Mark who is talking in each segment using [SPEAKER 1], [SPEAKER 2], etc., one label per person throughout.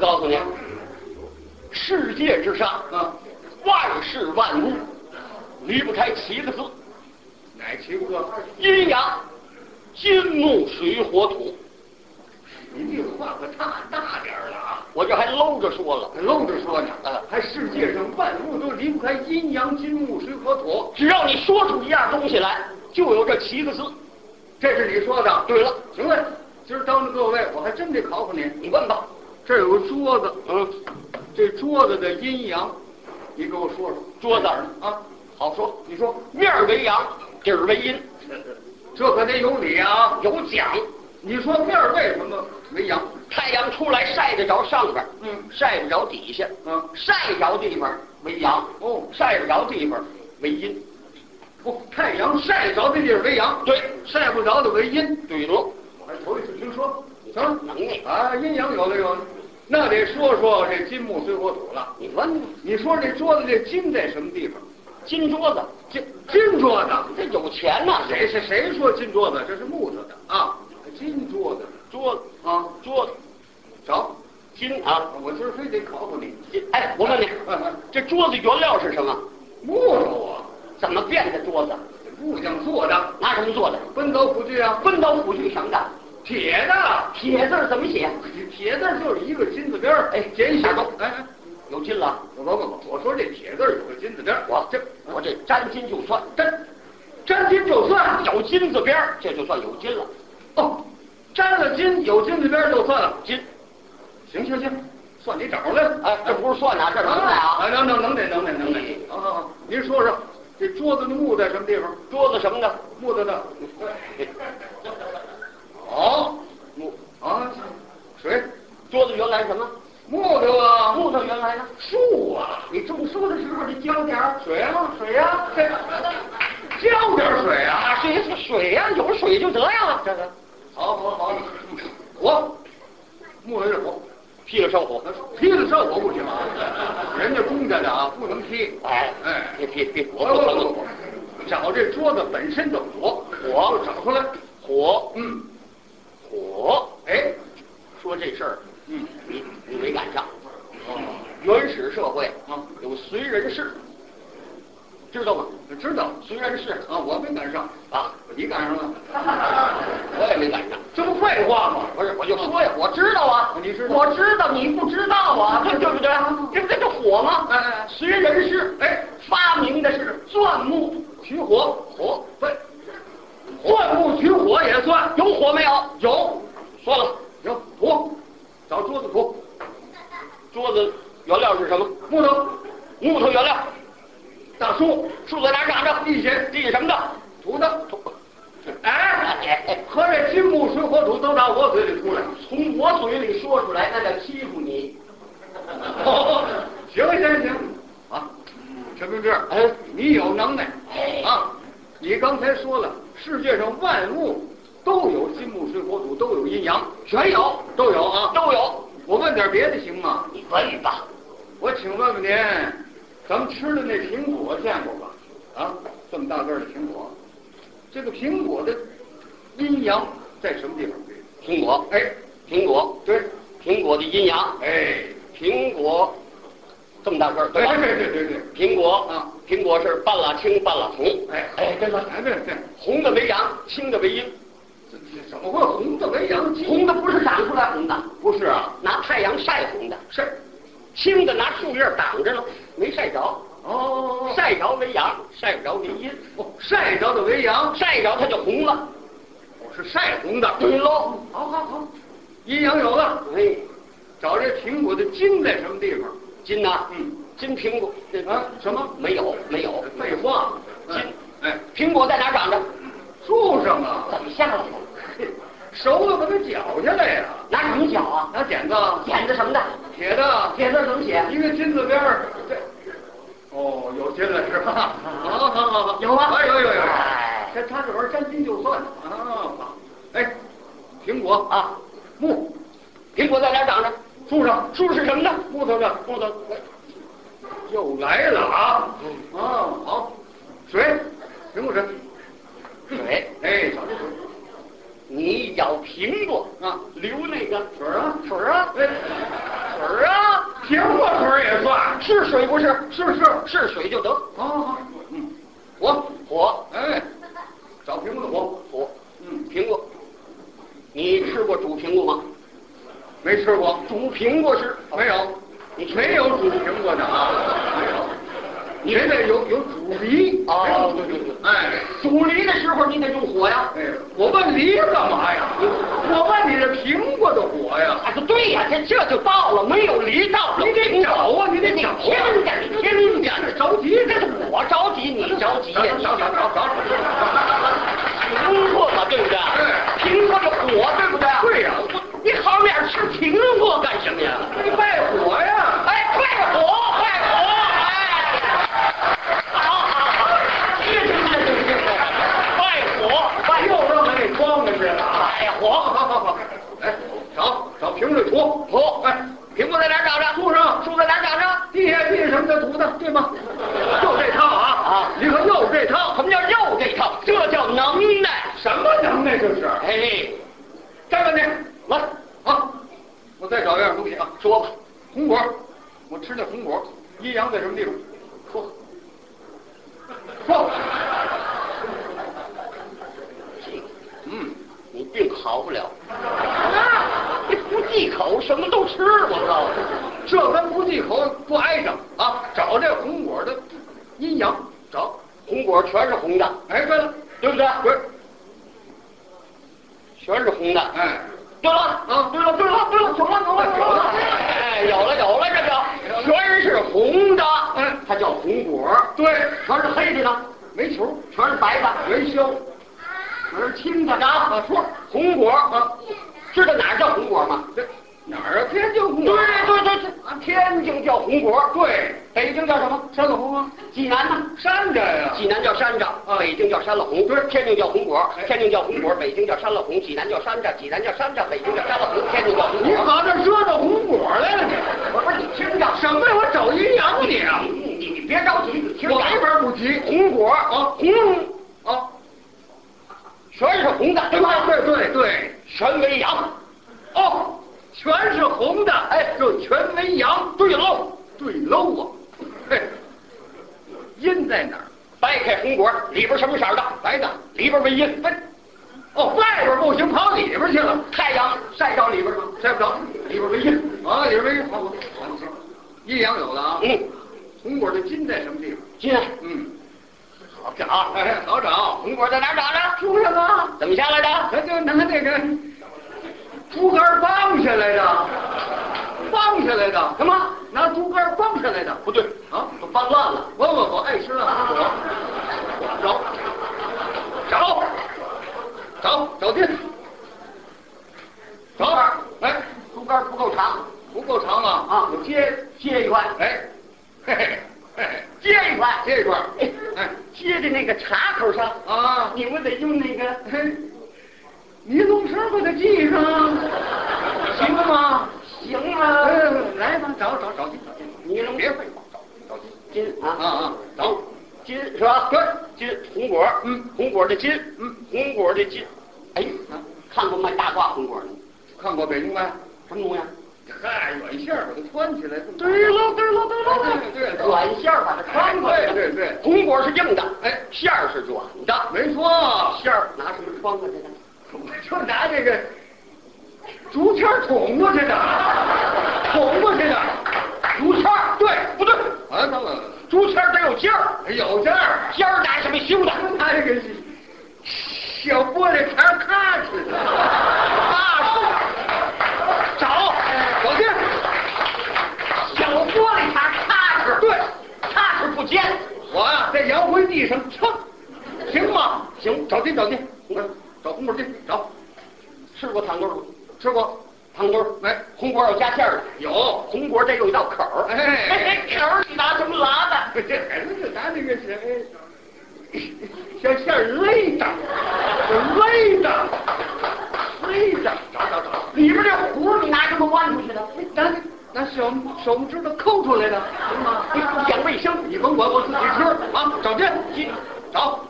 [SPEAKER 1] 告诉你，世界之上，
[SPEAKER 2] 啊，
[SPEAKER 1] 万事万物离不开七个字：
[SPEAKER 2] 哪七个字？
[SPEAKER 1] 阴阳、金木水火土。
[SPEAKER 2] 您这话可大大点儿了啊！
[SPEAKER 1] 我这还搂着说了，
[SPEAKER 2] 还愣着说呢，
[SPEAKER 1] 啊
[SPEAKER 2] 还世界上万物都离不开阴阳金木水火土，
[SPEAKER 1] 只要你说出一样东西来，就有这七个字。
[SPEAKER 2] 这是你说的。
[SPEAKER 1] 对了，
[SPEAKER 2] 行了，今儿当着各位，我还真得考考您。
[SPEAKER 1] 你问吧。
[SPEAKER 2] 这儿有个桌子，
[SPEAKER 1] 嗯，
[SPEAKER 2] 这桌子的阴阳，你给我说说。
[SPEAKER 1] 桌子儿
[SPEAKER 2] 啊，
[SPEAKER 1] 好说，
[SPEAKER 2] 你说，
[SPEAKER 1] 面儿为阳，底儿为阴，
[SPEAKER 2] 这可得有理啊！
[SPEAKER 1] 有讲。
[SPEAKER 2] 你说面儿为什么为阳？
[SPEAKER 1] 太阳出来晒得着上边，
[SPEAKER 2] 嗯
[SPEAKER 1] 晒不着底下，
[SPEAKER 2] 啊，
[SPEAKER 1] 晒着地方为阳，
[SPEAKER 2] 哦，
[SPEAKER 1] 晒不着地方为阴。
[SPEAKER 2] 不，太阳晒着的地儿为阳，
[SPEAKER 1] 对，
[SPEAKER 2] 晒不着的为阴。
[SPEAKER 1] 对了，
[SPEAKER 2] 我还头一次听说。行
[SPEAKER 1] 能耐，
[SPEAKER 2] 啊，阴阳有的有的，那得说说这金木水火土了。
[SPEAKER 1] 你问吧
[SPEAKER 2] 你说这桌子这金在什么地方？
[SPEAKER 1] 金桌子，
[SPEAKER 2] 金金桌子，
[SPEAKER 1] 这有钱呐、
[SPEAKER 2] 谁谁谁说金桌子？这是木头的啊，金桌子
[SPEAKER 1] 桌子
[SPEAKER 2] 啊，
[SPEAKER 1] 桌子
[SPEAKER 2] 找。
[SPEAKER 1] 金啊
[SPEAKER 2] 我今儿非得考考你，
[SPEAKER 1] 金，哎，我问你，这桌子原料是什么？
[SPEAKER 2] 木头啊，
[SPEAKER 1] 怎么变的桌子？
[SPEAKER 2] 木匠做的，
[SPEAKER 1] 拿什么做的？
[SPEAKER 2] 奔走不惧啊，
[SPEAKER 1] 温刀斧锯什么的？
[SPEAKER 2] 铁的，
[SPEAKER 1] 铁字儿怎么写？
[SPEAKER 2] 铁字就是一个金字边儿，哎，简写的，哎哎，
[SPEAKER 1] 有金了，
[SPEAKER 2] 不不不，我说这铁字有个金字边儿，
[SPEAKER 1] 我这我这沾金就算
[SPEAKER 2] 沾沾金就算，
[SPEAKER 1] 有金字边儿，这就算有金了。
[SPEAKER 2] 哦，沾了金有金字边儿就算了，
[SPEAKER 1] 金，
[SPEAKER 2] 行行行，算你找来，
[SPEAKER 1] 哎，这不是算啊，这是能耐啊。哎
[SPEAKER 2] 啊，能能能得能得能得，好好好，您说说这桌子的木在什么地方？
[SPEAKER 1] 桌子什么的，
[SPEAKER 2] 木头 的，好
[SPEAKER 1] 木
[SPEAKER 2] 啊，水，
[SPEAKER 1] 桌子原来什么？
[SPEAKER 2] 木头啊，
[SPEAKER 1] 木头原来呢？
[SPEAKER 2] 树啊，
[SPEAKER 1] 你种树的时候你浇点儿
[SPEAKER 2] 水啊，
[SPEAKER 1] 水呀、
[SPEAKER 2] 这浇点水啊，
[SPEAKER 1] 啊，水是水呀、有水就得呀。这个
[SPEAKER 2] 好好好，火，木头是火，
[SPEAKER 1] 劈了烧火，
[SPEAKER 2] 劈了烧火不行啊，人家公家的啊，不能劈，
[SPEAKER 1] 哎
[SPEAKER 2] 哎，
[SPEAKER 1] 别别别，
[SPEAKER 2] 我
[SPEAKER 1] 火
[SPEAKER 2] 我
[SPEAKER 1] 不
[SPEAKER 2] 我
[SPEAKER 1] 能
[SPEAKER 2] 找这桌子本身的火，
[SPEAKER 1] 火
[SPEAKER 2] 就找出来，
[SPEAKER 1] 火
[SPEAKER 2] 嗯，
[SPEAKER 1] 火。
[SPEAKER 2] 哎，
[SPEAKER 1] 说这事儿，
[SPEAKER 2] 嗯，
[SPEAKER 1] 你你没赶上。
[SPEAKER 2] 哦，
[SPEAKER 1] 原始社会
[SPEAKER 2] 啊
[SPEAKER 1] 有燧人氏，知道吗？
[SPEAKER 2] 知道
[SPEAKER 1] 燧人氏
[SPEAKER 2] 啊，我没赶上，
[SPEAKER 1] 啊，
[SPEAKER 2] 你赶上了。
[SPEAKER 1] 我也没赶上。
[SPEAKER 2] 这不废话吗？
[SPEAKER 1] 不是，我就说呀，我知道啊，
[SPEAKER 2] 哦你知道
[SPEAKER 1] 我知道，你不知道啊，对对不对？这不这就火吗？
[SPEAKER 2] 哎哎哎
[SPEAKER 1] 燧人氏，
[SPEAKER 2] 哎，
[SPEAKER 1] 发明的是钻木取火，火
[SPEAKER 2] 不，钻木取火也算
[SPEAKER 1] 有火没有？
[SPEAKER 2] 有
[SPEAKER 1] 算了，
[SPEAKER 2] 有土，找桌子土，
[SPEAKER 1] 桌子原料是什么？
[SPEAKER 2] 木头，
[SPEAKER 1] 木头原料，
[SPEAKER 2] 大树，
[SPEAKER 1] 树在哪儿长着？
[SPEAKER 2] 地形
[SPEAKER 1] 地什么的？
[SPEAKER 2] 土的，
[SPEAKER 1] 土
[SPEAKER 2] 哎，合着金木水火土都打我嘴里出来。
[SPEAKER 1] 从我嘴里说出来，那叫欺负你。
[SPEAKER 2] 哦，行行行，啊，陈明志，
[SPEAKER 1] 哎
[SPEAKER 2] 你有能耐
[SPEAKER 1] 哎
[SPEAKER 2] 啊！你刚才说了，世界上万物都有金木水火土，都有阴阳，
[SPEAKER 1] 全有，
[SPEAKER 2] 都有啊。
[SPEAKER 1] 都有。
[SPEAKER 2] 我问点别的行吗？
[SPEAKER 1] 你问吧，
[SPEAKER 2] 我请问问您，咱们吃的那苹果见过吧？啊，这么大个儿的苹果，这个苹果的阴阳在什么地方？
[SPEAKER 1] 苹果，
[SPEAKER 2] 哎，
[SPEAKER 1] 苹果，
[SPEAKER 2] 对，
[SPEAKER 1] 苹果的阴阳，
[SPEAKER 2] 哎，
[SPEAKER 1] 苹果这么大个儿，
[SPEAKER 2] 对
[SPEAKER 1] 对吧？
[SPEAKER 2] 对对对对，
[SPEAKER 1] 苹果
[SPEAKER 2] 啊，
[SPEAKER 1] 苹果是半拉青半拉红，
[SPEAKER 2] 哎
[SPEAKER 1] 哎，对了，
[SPEAKER 2] 哎对对，
[SPEAKER 1] 红的为阳，青的为阴，
[SPEAKER 2] 这这怎么会红的为阳鸡？
[SPEAKER 1] 红的不是长出来红的，
[SPEAKER 2] 不是啊，
[SPEAKER 1] 拿太阳晒红的，
[SPEAKER 2] 是，
[SPEAKER 1] 青的拿树叶挡着了，没晒着，
[SPEAKER 2] 哦，
[SPEAKER 1] 晒着为阳，晒不着为阴，
[SPEAKER 2] 哦晒着的为阳，
[SPEAKER 1] 晒着它就红了，
[SPEAKER 2] 我是晒红的。
[SPEAKER 1] 对喽，
[SPEAKER 2] 好好好，阴阳有了，
[SPEAKER 1] 哎，
[SPEAKER 2] 找这苹果的茎在什么地方？
[SPEAKER 1] 金呐，
[SPEAKER 2] 嗯，
[SPEAKER 1] 金苹果，那
[SPEAKER 2] 啊，嗯什么？
[SPEAKER 1] 没有没有，
[SPEAKER 2] 废话，
[SPEAKER 1] 金
[SPEAKER 2] 哎，
[SPEAKER 1] 苹果在哪长着？
[SPEAKER 2] 树上啊，
[SPEAKER 1] 怎么下来的？
[SPEAKER 2] 熟了把它绞下来呀、
[SPEAKER 1] 拿什么绞啊？
[SPEAKER 2] 拿剪子，
[SPEAKER 1] 剪子什么的？
[SPEAKER 2] 铁的，
[SPEAKER 1] 铁字怎么写？
[SPEAKER 2] 一个金字边儿，这，哦，有金了是吧？好好好好，
[SPEAKER 1] 有啊
[SPEAKER 2] 哎有有有，
[SPEAKER 1] 哎
[SPEAKER 2] 这他这玩意儿沾金就算啊，好哎，苹果
[SPEAKER 1] 啊，
[SPEAKER 2] 木
[SPEAKER 1] 苹果在哪长着？
[SPEAKER 2] 树上
[SPEAKER 1] 树是什么的？
[SPEAKER 2] 木头的
[SPEAKER 1] 木头。
[SPEAKER 2] 又来了啊，啊好，水苹果水，
[SPEAKER 1] 水，
[SPEAKER 2] 哎找这水
[SPEAKER 1] 你咬苹果，
[SPEAKER 2] 啊
[SPEAKER 1] 流那个
[SPEAKER 2] 水啊
[SPEAKER 1] 水儿啊，
[SPEAKER 2] 哎
[SPEAKER 1] 水儿啊是水不是？
[SPEAKER 2] 是是，
[SPEAKER 1] 是水就得。
[SPEAKER 2] 好好好，嗯，
[SPEAKER 1] 火火
[SPEAKER 2] 哎，找屏幕的火，
[SPEAKER 1] 火，
[SPEAKER 2] 嗯，
[SPEAKER 1] 苹果。你吃过煮苹果吗？
[SPEAKER 2] 没吃过，
[SPEAKER 1] 煮苹果是
[SPEAKER 2] 没有，没有煮苹果的啊，没有。你这有有煮梨
[SPEAKER 1] 哦
[SPEAKER 2] 没有煮梨哎
[SPEAKER 1] 煮梨的时候你得用火呀。
[SPEAKER 2] 哎，我问梨干嘛呀？我问你这苹果的火呀？
[SPEAKER 1] 啊，对呀，这这就到了，没有梨到了。
[SPEAKER 2] 你得找啊，你得找啊！
[SPEAKER 1] 听着，你听着，着急，这是我着急，你着急呀，
[SPEAKER 2] 找
[SPEAKER 1] 你
[SPEAKER 2] 找找找找！
[SPEAKER 1] 苹果嘛，对不对？
[SPEAKER 2] 哎
[SPEAKER 1] 苹果是火，对不对？
[SPEAKER 2] 对呀
[SPEAKER 1] 你好面吃苹果干什么呀？
[SPEAKER 2] 你拜火呀！
[SPEAKER 1] 哎，快火，快火！哎，好好好，谢谢谢谢谢谢，快火，快火！
[SPEAKER 2] 又让人给装进去了啊！
[SPEAKER 1] 快
[SPEAKER 2] 好
[SPEAKER 1] 火！
[SPEAKER 2] 好好好，哎，找找平水土土，哎，
[SPEAKER 1] 苹果在哪儿长着？树上，树在哪儿长着？
[SPEAKER 2] 地下地什么的土的，对吗？就这套啊
[SPEAKER 1] 啊
[SPEAKER 2] 你可又这套，
[SPEAKER 1] 哎什么叫肉这一套？这叫能耐。
[SPEAKER 2] 什么能耐这是？
[SPEAKER 1] 哎，
[SPEAKER 2] 站问你，
[SPEAKER 1] 来，
[SPEAKER 2] 啊，我再找一样东西啊，
[SPEAKER 1] 说吧，
[SPEAKER 2] 红果，我吃那红果，阴阳在什么地方？说，说，嗯，
[SPEAKER 1] 你病好不了。啊，你不忌口，什么都吃，我告诉你。
[SPEAKER 2] 这跟不忌口不挨着啊，找这红果的阴阳找。
[SPEAKER 1] 红果全是红的，
[SPEAKER 2] 哎，对了，
[SPEAKER 1] 对不对？
[SPEAKER 2] 对，
[SPEAKER 1] 全是红的。
[SPEAKER 2] 哎，
[SPEAKER 1] 对了，啊，对了，对了，对了，有了，有了，有了。哎，有了，有了，这叫全是红的，
[SPEAKER 2] 嗯
[SPEAKER 1] 它叫红果。
[SPEAKER 2] 对，
[SPEAKER 1] 全是黑的呢，
[SPEAKER 2] 煤球、
[SPEAKER 1] 全是白的，
[SPEAKER 2] 元宵、
[SPEAKER 1] 全是青的。啊，
[SPEAKER 2] 啊，说
[SPEAKER 1] 红果啊，知道哪儿叫红果吗？
[SPEAKER 2] 这哪儿啊？天津红
[SPEAKER 1] 对
[SPEAKER 2] 果。
[SPEAKER 1] 对对对，啊天津叫红果，
[SPEAKER 2] 对，
[SPEAKER 1] 北京叫什么？
[SPEAKER 2] 山口红啊，
[SPEAKER 1] 济南呢？
[SPEAKER 2] 山楂呀、
[SPEAKER 1] 济南叫山楂，北京叫山乐红，啊对，哎天津叫红果，天津叫红果，北京叫山乐红，济南叫山楂，济南叫山楂，北京叫山乐红，天津叫红
[SPEAKER 2] 你
[SPEAKER 1] 果。
[SPEAKER 2] 跑这儿折腾红果来了你？
[SPEAKER 1] 我说你听着，
[SPEAKER 2] 什么呀？我找阴阳你啊！
[SPEAKER 1] 你你你别着急，你听着啊
[SPEAKER 2] 我，没法不急。
[SPEAKER 1] 红果啊，红
[SPEAKER 2] 啊，
[SPEAKER 1] 全是红的，对吧？
[SPEAKER 2] 对对对，
[SPEAKER 1] 全为阳。
[SPEAKER 2] 哦，全是红的，哎，就全为阳。
[SPEAKER 1] 对喽，
[SPEAKER 2] 对喽啊，嘿，阴在哪儿？
[SPEAKER 1] 掰开红果，里边什么色儿的？白的，里边为阴。
[SPEAKER 2] 哎，哦，外边不行，跑里边去了，
[SPEAKER 1] 太阳晒到里边吗？
[SPEAKER 2] 晒不着，里边为阴啊，里边为阴，好好好，阴阳有了啊。
[SPEAKER 1] 嗯，
[SPEAKER 2] 红果的金在什么地方？
[SPEAKER 1] 进来，
[SPEAKER 2] 嗯，
[SPEAKER 1] 好这啊，
[SPEAKER 2] 哎，好找。
[SPEAKER 1] 红果在哪儿长着？
[SPEAKER 2] 树上啊，
[SPEAKER 1] 怎么下来的？
[SPEAKER 2] 咱就拿那个竹竿棒下来的，棒下来的，
[SPEAKER 1] 什么？
[SPEAKER 2] 拿竹竿棒下来的。
[SPEAKER 1] 不对
[SPEAKER 2] 啊，
[SPEAKER 1] 都翻乱了。
[SPEAKER 2] 我我我爱吃辣，我
[SPEAKER 1] 找，找，
[SPEAKER 2] 找找地，找哪儿？哎，
[SPEAKER 1] 竹竿不够长
[SPEAKER 2] 不够长啊
[SPEAKER 1] 啊
[SPEAKER 2] 我接，
[SPEAKER 1] 接一块，
[SPEAKER 2] 哎，嘿嘿嘿，
[SPEAKER 1] 接一块，
[SPEAKER 2] 这一块儿，哎
[SPEAKER 1] 接在那个茶口上，
[SPEAKER 2] 啊，
[SPEAKER 1] 你们得用那个
[SPEAKER 2] 嘿，尼龙绳把它系上，行了吗？
[SPEAKER 1] 行
[SPEAKER 2] 哎
[SPEAKER 1] 吗？，
[SPEAKER 2] 来吧，找找找地，找地
[SPEAKER 1] 你能
[SPEAKER 2] 别
[SPEAKER 1] 别
[SPEAKER 2] 废话，找找地
[SPEAKER 1] 金
[SPEAKER 2] 啊
[SPEAKER 1] 啊，
[SPEAKER 2] 啊，找。
[SPEAKER 1] 金是吧？
[SPEAKER 2] 对，
[SPEAKER 1] 金红果，
[SPEAKER 2] 嗯，
[SPEAKER 1] 红果的金，
[SPEAKER 2] 嗯，
[SPEAKER 1] 红果的金，哎，看过卖大褂红果的吗？
[SPEAKER 2] 看过北京吗？
[SPEAKER 1] 什么东西？啊
[SPEAKER 2] 嗨，软线儿把它穿起来。
[SPEAKER 1] 对喽，对喽，哎对喽，
[SPEAKER 2] 对对对
[SPEAKER 1] 软线儿把它穿过来。
[SPEAKER 2] 对对对
[SPEAKER 1] 红果是硬的，
[SPEAKER 2] 哎
[SPEAKER 1] 馅儿是软的，
[SPEAKER 2] 没错，
[SPEAKER 1] 馅儿拿什么穿过来的？
[SPEAKER 2] 我就拿这个竹签儿捅过去的，捅过去的。
[SPEAKER 1] 竹签儿，
[SPEAKER 2] 对
[SPEAKER 1] 不对？
[SPEAKER 2] 啊，那么
[SPEAKER 1] 竹签儿得有尖儿，
[SPEAKER 2] 哎有这儿，
[SPEAKER 1] 尖儿拿什么修的？
[SPEAKER 2] 拿这个小玻璃碴儿踏实的。
[SPEAKER 1] 啊，是，找
[SPEAKER 2] 走进，
[SPEAKER 1] 小玻璃碴儿踏实，
[SPEAKER 2] 对，
[SPEAKER 1] 踏实不尖，
[SPEAKER 2] 我啊在洋灰地上蹭，行吗？行，找地找地，嗯找红果地找，
[SPEAKER 1] 吃过糖墩儿吗？
[SPEAKER 2] 吃过
[SPEAKER 1] 糖墩儿，哎
[SPEAKER 2] 没？
[SPEAKER 1] 红果有加馅儿的，
[SPEAKER 2] 哎有，
[SPEAKER 1] 红果得有一道口儿，
[SPEAKER 2] 哎
[SPEAKER 1] 嘿嘿口儿你拿什么拉的？
[SPEAKER 2] 这孩子就拿那个谁，像像勒的，勒的，勒的，找找找，
[SPEAKER 1] 里边这核儿你拿什么弯出去的？
[SPEAKER 2] 拿拿手手指头抠出来的，行吗？
[SPEAKER 1] 你不讲卫生，
[SPEAKER 2] 你甭管，我自己吃啊！找去，去找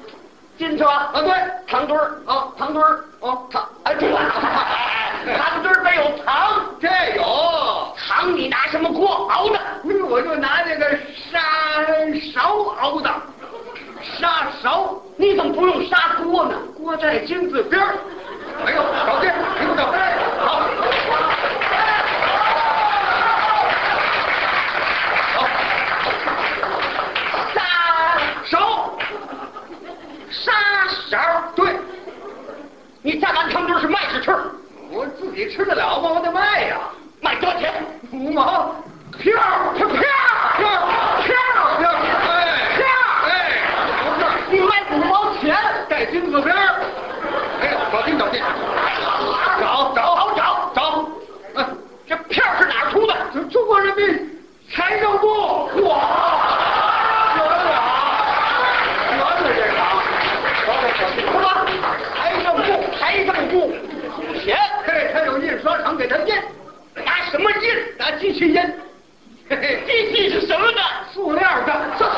[SPEAKER 1] 进去 吧。
[SPEAKER 2] 啊！对，
[SPEAKER 1] 糖墩儿啊，糖墩儿
[SPEAKER 2] 哦，
[SPEAKER 1] 糖，哎，对了，糖墩儿得有糖，
[SPEAKER 2] 这有
[SPEAKER 1] 糖汤你拿什么锅熬的？
[SPEAKER 2] 那我就拿那个砂勺熬的，砂勺
[SPEAKER 1] 你怎么不用砂锅呢？
[SPEAKER 2] 锅在金字边儿。哎呦，搞定，你给我搞定，好。
[SPEAKER 1] 砂
[SPEAKER 2] 勺，
[SPEAKER 1] 砂勺，
[SPEAKER 2] 对，
[SPEAKER 1] 你再拿汤汁是卖着吃，
[SPEAKER 2] 我自己吃得了吗？我得卖呀、
[SPEAKER 1] 卖多少钱？
[SPEAKER 2] 五毛，票儿，票儿，票儿，票儿，票儿，哎，票儿，哎，不是，
[SPEAKER 1] 你卖五毛钱，
[SPEAKER 2] 带金字边儿。哎，搞定，搞定，找，找，好找，找，嗯，
[SPEAKER 1] 这票是哪儿出的？
[SPEAKER 2] 这中国人民财政部，哇，得了，得了，这个，搞定，搞定，
[SPEAKER 1] 什么？财政部，财政部出钱，
[SPEAKER 2] 嘿，他有印刷厂给他印，
[SPEAKER 1] 拿什么印？
[SPEAKER 2] 拿机器印，嘿嘿，
[SPEAKER 1] 机器是什么的？
[SPEAKER 2] 塑料的，这。